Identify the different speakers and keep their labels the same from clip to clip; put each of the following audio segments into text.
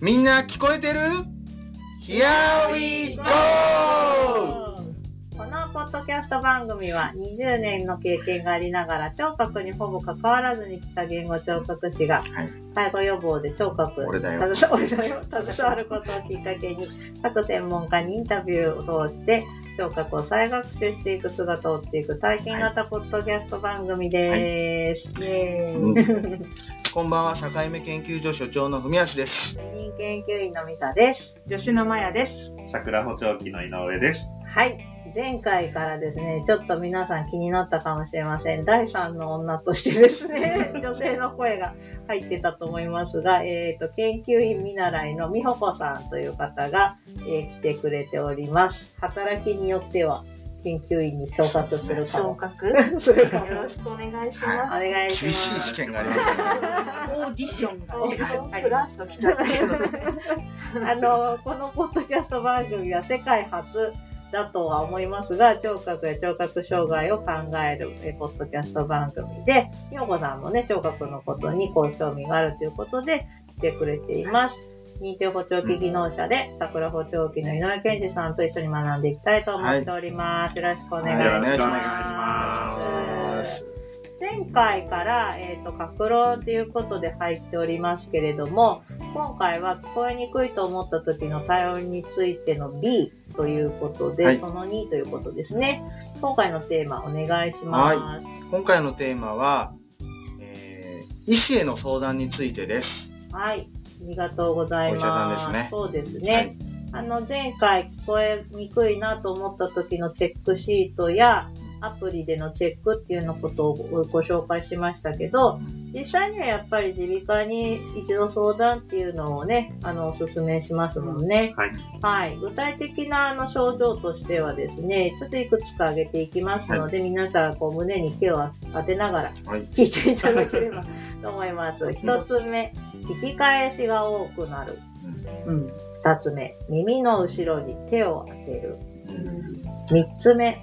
Speaker 1: みんな聞こえてる ?Here we go!
Speaker 2: このポッドキャスト番組は20年の経験がありながら聴覚にほぼ関わらずに来た言語聴覚士が
Speaker 1: はい
Speaker 2: 介護予防で聴覚
Speaker 1: 俺だよ
Speaker 2: に携わ 携わることをきっかけに各専門家にインタビューを通して聴覚を再学習していく姿を追っていく体験型ポッドキャスト番組です。イエーイ
Speaker 1: こんばんは、境目研究所所長の文康です。
Speaker 2: 人研究員のミサです。
Speaker 3: 吉野真也です。
Speaker 4: 桜補聴器の井上です。
Speaker 2: はい。前回からですね、ちょっと皆さん気になったかもしれません。第三の女としてですね、女性の声が入ってたと思いますが、えっ、と、研究員見習いの美穂子さんという方が、えー来てくれております。働きによっては研究員に昇格するか
Speaker 3: 昇
Speaker 2: も。
Speaker 3: 格。よ
Speaker 2: するかも。
Speaker 3: ろしくお願いし
Speaker 2: お
Speaker 3: ま
Speaker 2: 願
Speaker 1: 厳
Speaker 2: いしま
Speaker 1: しい
Speaker 2: す
Speaker 1: 試。験がありますね。
Speaker 3: す。オーディションが
Speaker 2: オーディション
Speaker 3: あります。プラスと来ちゃったけど。
Speaker 2: あの、このポッドキャスト番組は世界初だとは思いますが、聴覚や聴覚障害を考えるえポッドキャスト番組で、みよこさんもね、聴覚のことにこう興味があるということで来てくれています。認定補聴器技能者で、桜補聴器の井上健二さんと一緒に学んでいきたいと思っております。よろしくお願い
Speaker 1: はい
Speaker 4: よろ
Speaker 2: し
Speaker 4: しくお願いし
Speaker 2: ま。
Speaker 4: ますす。
Speaker 2: 前回から、えっ、と、格論ということで入っておりますけれども、今回は聞こえにくいと思った時の対応についての B ということで、
Speaker 1: はい
Speaker 2: その2ということですね。今回のテーマお願いします。
Speaker 1: 今回のテーマは、えー医師への相談についてです。
Speaker 2: はい。ありがとうございます。
Speaker 1: お医者さんですね
Speaker 2: そうですね。
Speaker 1: はい
Speaker 2: あの、前回聞こえにくいなと思った時のチェックシートや、アプリでのチェックっていうのことをごご紹介しましたけど、実際にはやっぱり耳鼻科に一度相談っていうのをね、あの、お勧めしますもんね。
Speaker 4: はい。
Speaker 2: はい。具体的なあの症状としてはですね、ちょっといくつか挙げていきますので、皆さんこう胸に手を当てながら
Speaker 1: はい
Speaker 2: 聞いていただければと思います。一つ目、聞き返しが多くなる。うん。二つ目、耳の後ろに手を当てる。三つ目、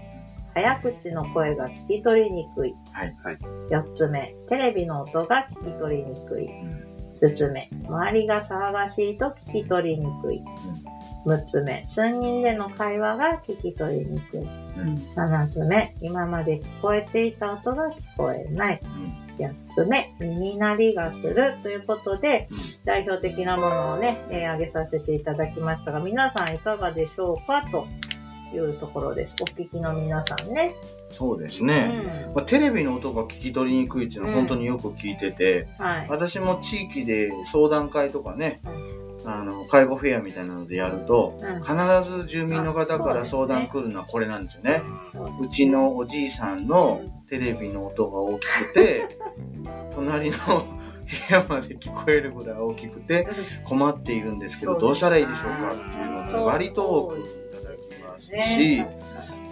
Speaker 2: 早口の声が聞き取りにくい。
Speaker 1: はい。
Speaker 4: はい。
Speaker 2: 4つ目、テレビの音が聞き取りにくい。5つ目、周りが騒がしいと聞き取りにくい。6つ目、数人での会話が聞き取りにくい。7つ目、今まで聞こえていた音が聞こえない。8つ目、耳鳴りがするということで、代表的なものをね、えー挙げさせていただきましたが、皆さんいかがでしょうかというところです。お聞きの皆さんね。
Speaker 1: そうです
Speaker 2: う
Speaker 1: ね。
Speaker 2: ん。
Speaker 1: まあ、テレビの音が聞き取りにくいっていうのは本当によく聞いてて、
Speaker 2: はい。
Speaker 1: 私も地域で相談会とかね
Speaker 2: は、
Speaker 1: あの、介護フェアみたいなのでやると、
Speaker 2: うん
Speaker 1: 必ず住民の方から相談来るのはこれなんですよね。
Speaker 2: そうですね
Speaker 1: うちのおじいさんのテレビの音が大きく て、隣の部屋まで聞こえるぐらい大きくて困っているんですけど、どうしたらいいでしょうかっていうのが割と多くいただきますし、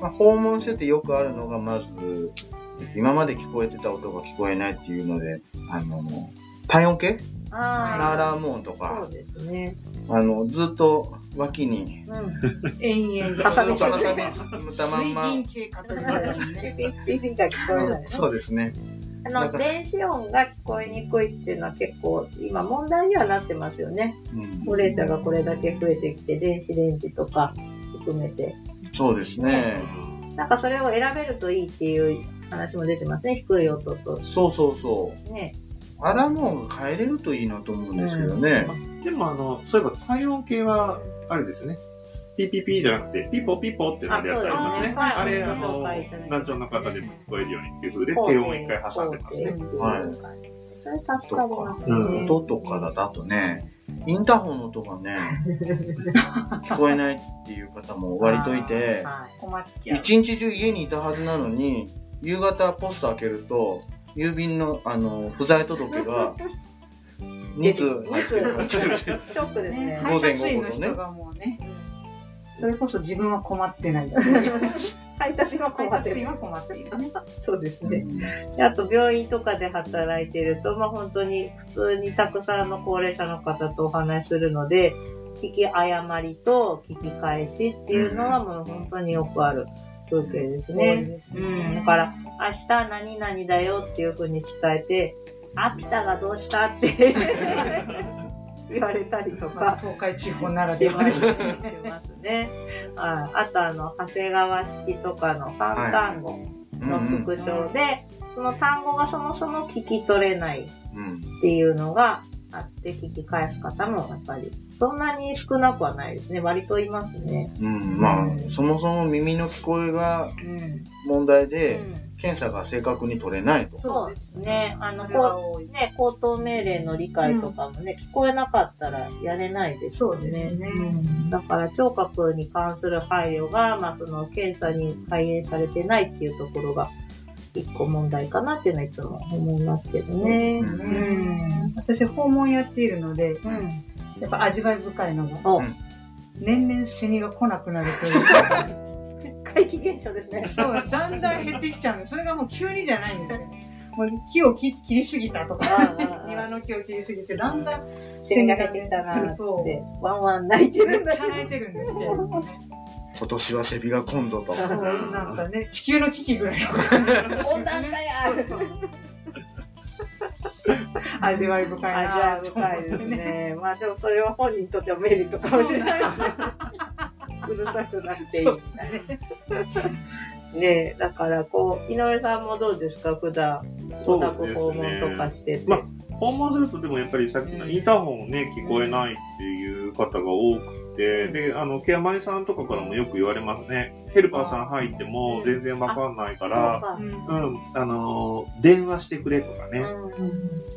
Speaker 1: まあ、訪問しててよくあるのが、まず、今まで聞こえてた音が聞こえないっていうので、あの、体温計ア
Speaker 2: あ
Speaker 1: ラーム音と
Speaker 2: あ、そ
Speaker 1: か
Speaker 2: う、ですね。
Speaker 1: あの、ずっと脇に、
Speaker 2: うん。
Speaker 3: 延々
Speaker 1: 挟
Speaker 2: 挟み
Speaker 1: み
Speaker 2: 込んで
Speaker 1: たまんま、
Speaker 3: 水銀計画
Speaker 2: ピ
Speaker 3: になるね。
Speaker 2: ピピピが聞こえない。
Speaker 1: そうですね。
Speaker 2: あ
Speaker 1: な
Speaker 2: の
Speaker 1: んか
Speaker 2: 電子音が聞こえにくいっていうのは結構今問題にはなってますよね。
Speaker 1: うん
Speaker 2: 高齢者がこれだけ増えてきて電子レンジとか含めて。
Speaker 1: そうですね。
Speaker 2: なんかそれを選べるといいっていう話も出てますね。低い音と
Speaker 1: そうそうそう。
Speaker 2: ね。
Speaker 1: アラーム音が変えれるといいなと思うんですけどね。
Speaker 4: でもあの、そういえば体温計は、あれですね。ピピピじゃなくて、ピポピポってなるやつありますね。
Speaker 2: あ
Speaker 4: あ
Speaker 2: そうで
Speaker 4: れ、
Speaker 2: すね
Speaker 4: あ
Speaker 2: ご紹
Speaker 4: の
Speaker 2: 介いただき、ま
Speaker 4: 難
Speaker 2: した
Speaker 4: 聴
Speaker 2: ね
Speaker 4: の方でも聞こえるようにっていう風
Speaker 2: 低
Speaker 4: で、低
Speaker 2: 音
Speaker 4: 音を一回挟んでますね。
Speaker 1: はい
Speaker 2: それ助かりますね。
Speaker 4: うん
Speaker 1: 音とかだとね、インターホンの音が ね、聞こえないっていう方も割といて、
Speaker 2: はい
Speaker 3: 困っちゃう。
Speaker 1: 一日中家にいたはずなのに、夕方ポスト開けると、郵便の、あの、不在届 が、2通入 ってるから
Speaker 2: ショックですね。
Speaker 1: 午前午後とね
Speaker 3: 配達員の人がもうね。それこそ自分は困って ない。
Speaker 2: 配達が困って
Speaker 3: 配達員
Speaker 2: る。
Speaker 3: は困っているね。
Speaker 2: そうです
Speaker 1: う
Speaker 2: ね。
Speaker 1: ん
Speaker 2: であと病院とかで働いてると、まあ、本当に普通にたくさんの高齢者の方とお話しするので聞き誤りと聞き返しっていうのはもう本当によくある風景ですね。うんだから明日何々 だよっていうふうに伝えて「あピタがどうした?」って言われたりと
Speaker 3: まあ
Speaker 2: か
Speaker 3: 東海地方ならではです
Speaker 2: しますね。はいあとあの長谷川式とかの三単語
Speaker 1: うん
Speaker 2: の復唱で、その単語がそもそも聞き取れないっ
Speaker 1: うん
Speaker 2: ていうのがあって聞き返す方もやっぱりそんなに少なくはないですね。割といますね。
Speaker 1: うん、まあ、そもそも耳の聞こえが
Speaker 3: うん
Speaker 1: 問題
Speaker 2: う
Speaker 1: で、
Speaker 2: ん、
Speaker 1: 検査が正確に取れないと。
Speaker 2: そうですね。あの
Speaker 3: それは多い
Speaker 2: ね、口頭命令の理解とかもね、聞こえなかったらやれないです
Speaker 3: そ
Speaker 2: よ
Speaker 3: うですね。
Speaker 2: うんだから聴覚に関する配慮が、まあ、その検査に反映されてないっていうところが一個問題かなっていうのはいつも思いますけどね。
Speaker 1: う
Speaker 2: うんん。
Speaker 3: 私訪問やっているので
Speaker 2: うん。
Speaker 3: やっぱ味わい深いのが
Speaker 2: お、
Speaker 1: うん
Speaker 3: 年々セミが来なくなるという
Speaker 2: 怪奇現象ですね。
Speaker 3: そうだんだん減ってきちゃうのそれがもう急にじゃないんですよねもう木を切切りすぎたとか庭
Speaker 2: あ
Speaker 3: の木を切りすぎてだんだん
Speaker 2: あ、セミが減ってきたなーっ
Speaker 3: そ
Speaker 2: つ
Speaker 3: う
Speaker 2: って、ワンワン泣いて
Speaker 3: め
Speaker 2: るん
Speaker 3: っ
Speaker 2: だ
Speaker 3: ちゃ泣いてるんですけれどもね
Speaker 1: 今年はセビが来んぞと。
Speaker 2: そ
Speaker 3: そうなんかね地球の危機ぐらいの
Speaker 2: 温暖化やー
Speaker 3: 味わい深い
Speaker 2: 味
Speaker 3: な
Speaker 2: わ
Speaker 3: ぁ
Speaker 2: い
Speaker 3: と思っ
Speaker 2: 深い
Speaker 3: て
Speaker 2: ですね。まあでもそれは本人にとってはメリットかもしれないですね。うるさくなっていいみたいな。 ねえ、だからこう、井上さんもどうですか普段、
Speaker 4: そ
Speaker 2: お
Speaker 4: うです
Speaker 2: 宅
Speaker 4: ね
Speaker 2: 訪問とかしてて。
Speaker 4: まあ訪問するとでもやっぱりさっきのインターホンをね、聞こえないっていう方が多くて、で、あの、ケアマリさんとかからもよく言われますね。ヘルパーさん入っても全然わかんないから、
Speaker 2: そう
Speaker 3: うん
Speaker 4: うん、あの、電話してくれとかね。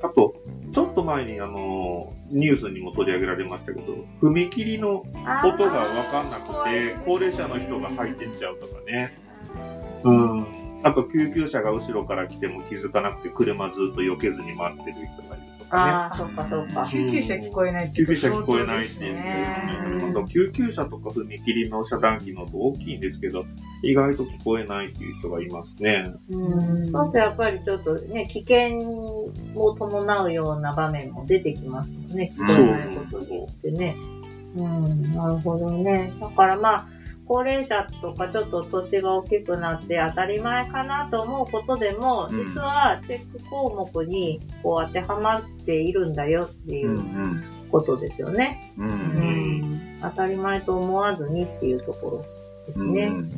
Speaker 2: か
Speaker 4: あと、ちょっと前にあの、ニュースにも取り上げられましたけど、踏切の音がわかんなくて、高齢者の人が入ってっちゃうとかね。うん。あと、救急車が後ろから来ても気づかなくて、車ずっと避けずに待ってる人がいるとかね。
Speaker 2: あーあー、そうかそうか。
Speaker 3: 救急車聞こえないって
Speaker 4: 救
Speaker 3: いう
Speaker 4: 急
Speaker 3: と
Speaker 4: 車聞こえないっ
Speaker 3: 相当
Speaker 4: てい
Speaker 3: です
Speaker 4: うね。
Speaker 3: ね
Speaker 4: あと救急車とか踏切の遮断機の音大きいんですけど、意外と聞こえないっていう人がいますね。
Speaker 2: うん。そうするとやっぱりちょっとね、危険を伴うような場面も出てきますもんね。聞こえないことによってね。うん、なるほどね。だからまあ、高齢者とかちょっと年が大きくなって当たり前かなと思うことでも、
Speaker 1: うん
Speaker 2: 実はチェック項目にこう当てはまっているんだよって
Speaker 1: う
Speaker 2: い
Speaker 1: ん
Speaker 2: うことですよね。
Speaker 1: うん。う。
Speaker 2: うんん、当たり前と思わずにっていうところです
Speaker 1: う
Speaker 2: ね。
Speaker 1: ん。
Speaker 2: うん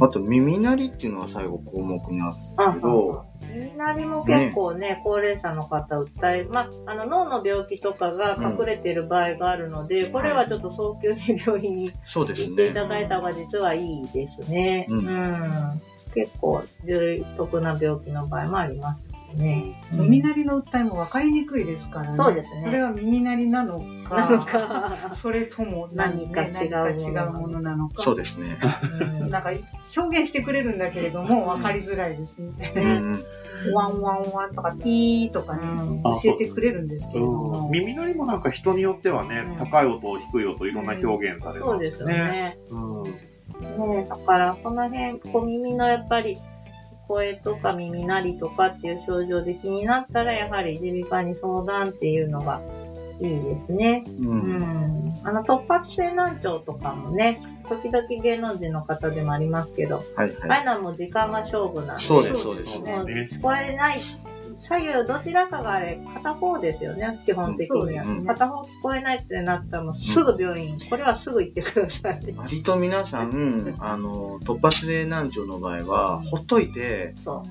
Speaker 1: あと、耳鳴りっていうのは最後項目にあるんですけど、
Speaker 2: 耳鳴りも結構ね、高齢者の方訴え、まあ、あの脳の病気とかが隠れている場合があるので、これはちょっと早急に病院に
Speaker 1: そうです
Speaker 2: 行ってい
Speaker 1: ね。
Speaker 2: ただいた方が実はいいですね。
Speaker 1: う
Speaker 2: うんん。結構重篤な病気の場合もありますよね。
Speaker 3: 耳鳴りの訴えも分かりにくいですからね。
Speaker 2: そうですね
Speaker 3: これは耳鳴りなのか、
Speaker 2: なのか、
Speaker 3: それとも
Speaker 2: 何か違うもの
Speaker 3: 何か違うものなのか。
Speaker 1: そうですね。
Speaker 2: うん
Speaker 3: なんか表現してくれるんだけれども、分かりづらいですね。
Speaker 1: うん。
Speaker 3: ワンワンワンとか、ピーとかね、
Speaker 4: あ
Speaker 3: 教えてくれるんですけれども。
Speaker 4: 耳鳴りもなんか人によってはね、
Speaker 2: うん
Speaker 4: 高い音、低い音、いろんな表現され
Speaker 2: そ
Speaker 4: ま
Speaker 2: うですすよ
Speaker 4: ね。
Speaker 2: ね。
Speaker 4: うん
Speaker 2: ねだからこの辺、こう耳のやっぱり聞こえとか耳鳴りとかっていう症状で気になったら、やはり耳鼻科に相談っていうのがいいですね。
Speaker 1: う。
Speaker 2: うんん。あの突発性難聴とかもね、時々芸能人の方でもありますけど、
Speaker 1: はい
Speaker 2: あ
Speaker 1: は
Speaker 2: あい
Speaker 1: い。
Speaker 2: うのはもう時間が勝負なんで、
Speaker 1: そうです、そうです
Speaker 4: そう。
Speaker 2: も
Speaker 4: で
Speaker 2: う
Speaker 4: すね。
Speaker 2: 聞こえない、左右どちらかがあれ、片方ですよね、基本的には。
Speaker 1: うん
Speaker 2: 片方聞こえないってなったらもうすぐ病院、これはすぐ行ってください。
Speaker 1: 割と皆さん、あの、突発性難聴の場合は、ほっといて、
Speaker 2: そう。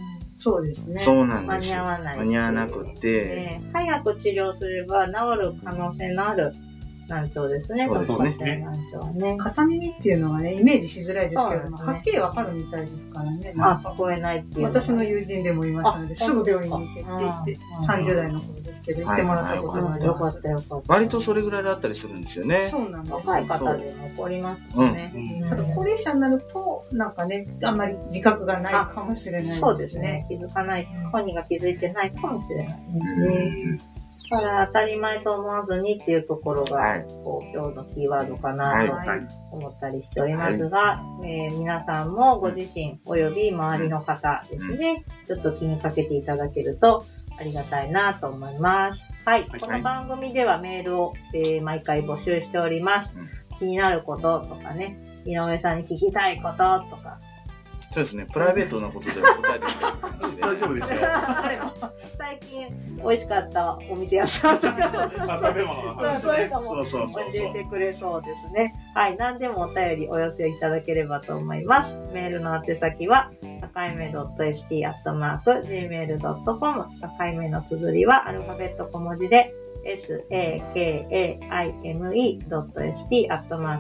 Speaker 3: そうですね。
Speaker 1: そうなん
Speaker 2: 間
Speaker 1: です
Speaker 2: に合
Speaker 1: よ。
Speaker 2: わない。
Speaker 1: 間に合わなくて、
Speaker 2: ね早く治療すれば治る可能性のある難聴ですね、
Speaker 1: そうです
Speaker 2: 突
Speaker 4: ね
Speaker 2: 発性難聴はね。
Speaker 3: 片耳っていうのはね、イメージしづらいですけれども、
Speaker 2: そうなんですね
Speaker 3: はっきり分かるみたいですからね。なん
Speaker 2: あ、
Speaker 3: か
Speaker 2: 聞こえないっていうが。
Speaker 3: 私の友人でもいましたので、
Speaker 2: あ
Speaker 3: すぐ病院に行けって言って、
Speaker 2: うん
Speaker 3: 30代の頃ですけど、行ってもらったことがあります。
Speaker 2: よかったよかった。
Speaker 1: 割とそれぐらいだったりするんですよね。
Speaker 3: そうなんです
Speaker 2: 若い
Speaker 3: よ。
Speaker 2: 方でも起こりますよね。
Speaker 4: うん
Speaker 2: うん
Speaker 3: ただ高齢者になると、なんかね、あんまり自覚がないかもしれないですね。
Speaker 2: そうですね。。気づかない、本人が気づいてないかもしれないですね。だから当たり前と思わずにっていうところが、
Speaker 1: はい
Speaker 2: こう今日のキーワードかなと
Speaker 1: はい。
Speaker 3: はい
Speaker 2: 思ったりしておりますが、えー皆さんもご自身および周りの方ですね、ちょっと気にかけていただけるとありがたいなと思います。はい。
Speaker 1: はい
Speaker 2: この番組ではメールを、えー毎回募集しております
Speaker 1: うん。
Speaker 2: 気になることとかね、井上さんに聞きたいこととか、
Speaker 1: そうですね。プライベートなことでは答えてくれる感じで。
Speaker 4: 大丈夫ですよ。
Speaker 2: 最最近美味しかったお店屋さんとか
Speaker 3: そうです
Speaker 4: あ 食べ物の話
Speaker 2: そうそういう
Speaker 4: ね。
Speaker 2: のも
Speaker 4: そうそう
Speaker 2: 教
Speaker 4: そうそ
Speaker 2: え
Speaker 4: う。
Speaker 2: てくれそうですね。はい。何でもお便りお寄せいただければと思います。メールの宛先は、境目 .st.gmail.com。境目の綴りはアルファベット小文字で、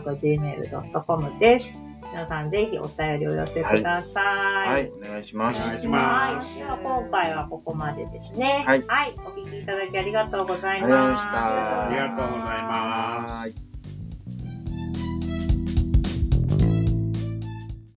Speaker 2: sakaime.st.gmail.com です。皆さんぜひお便りを寄せください。
Speaker 1: はい、お願いし
Speaker 4: お
Speaker 1: ま
Speaker 4: 願い
Speaker 1: す。
Speaker 4: しま
Speaker 2: はい
Speaker 4: す。
Speaker 2: では今回はここまでですね。
Speaker 1: はい
Speaker 2: お聞きいただきありがとうございます。
Speaker 1: ありがとうございました
Speaker 4: ありがとうございます。
Speaker 1: はい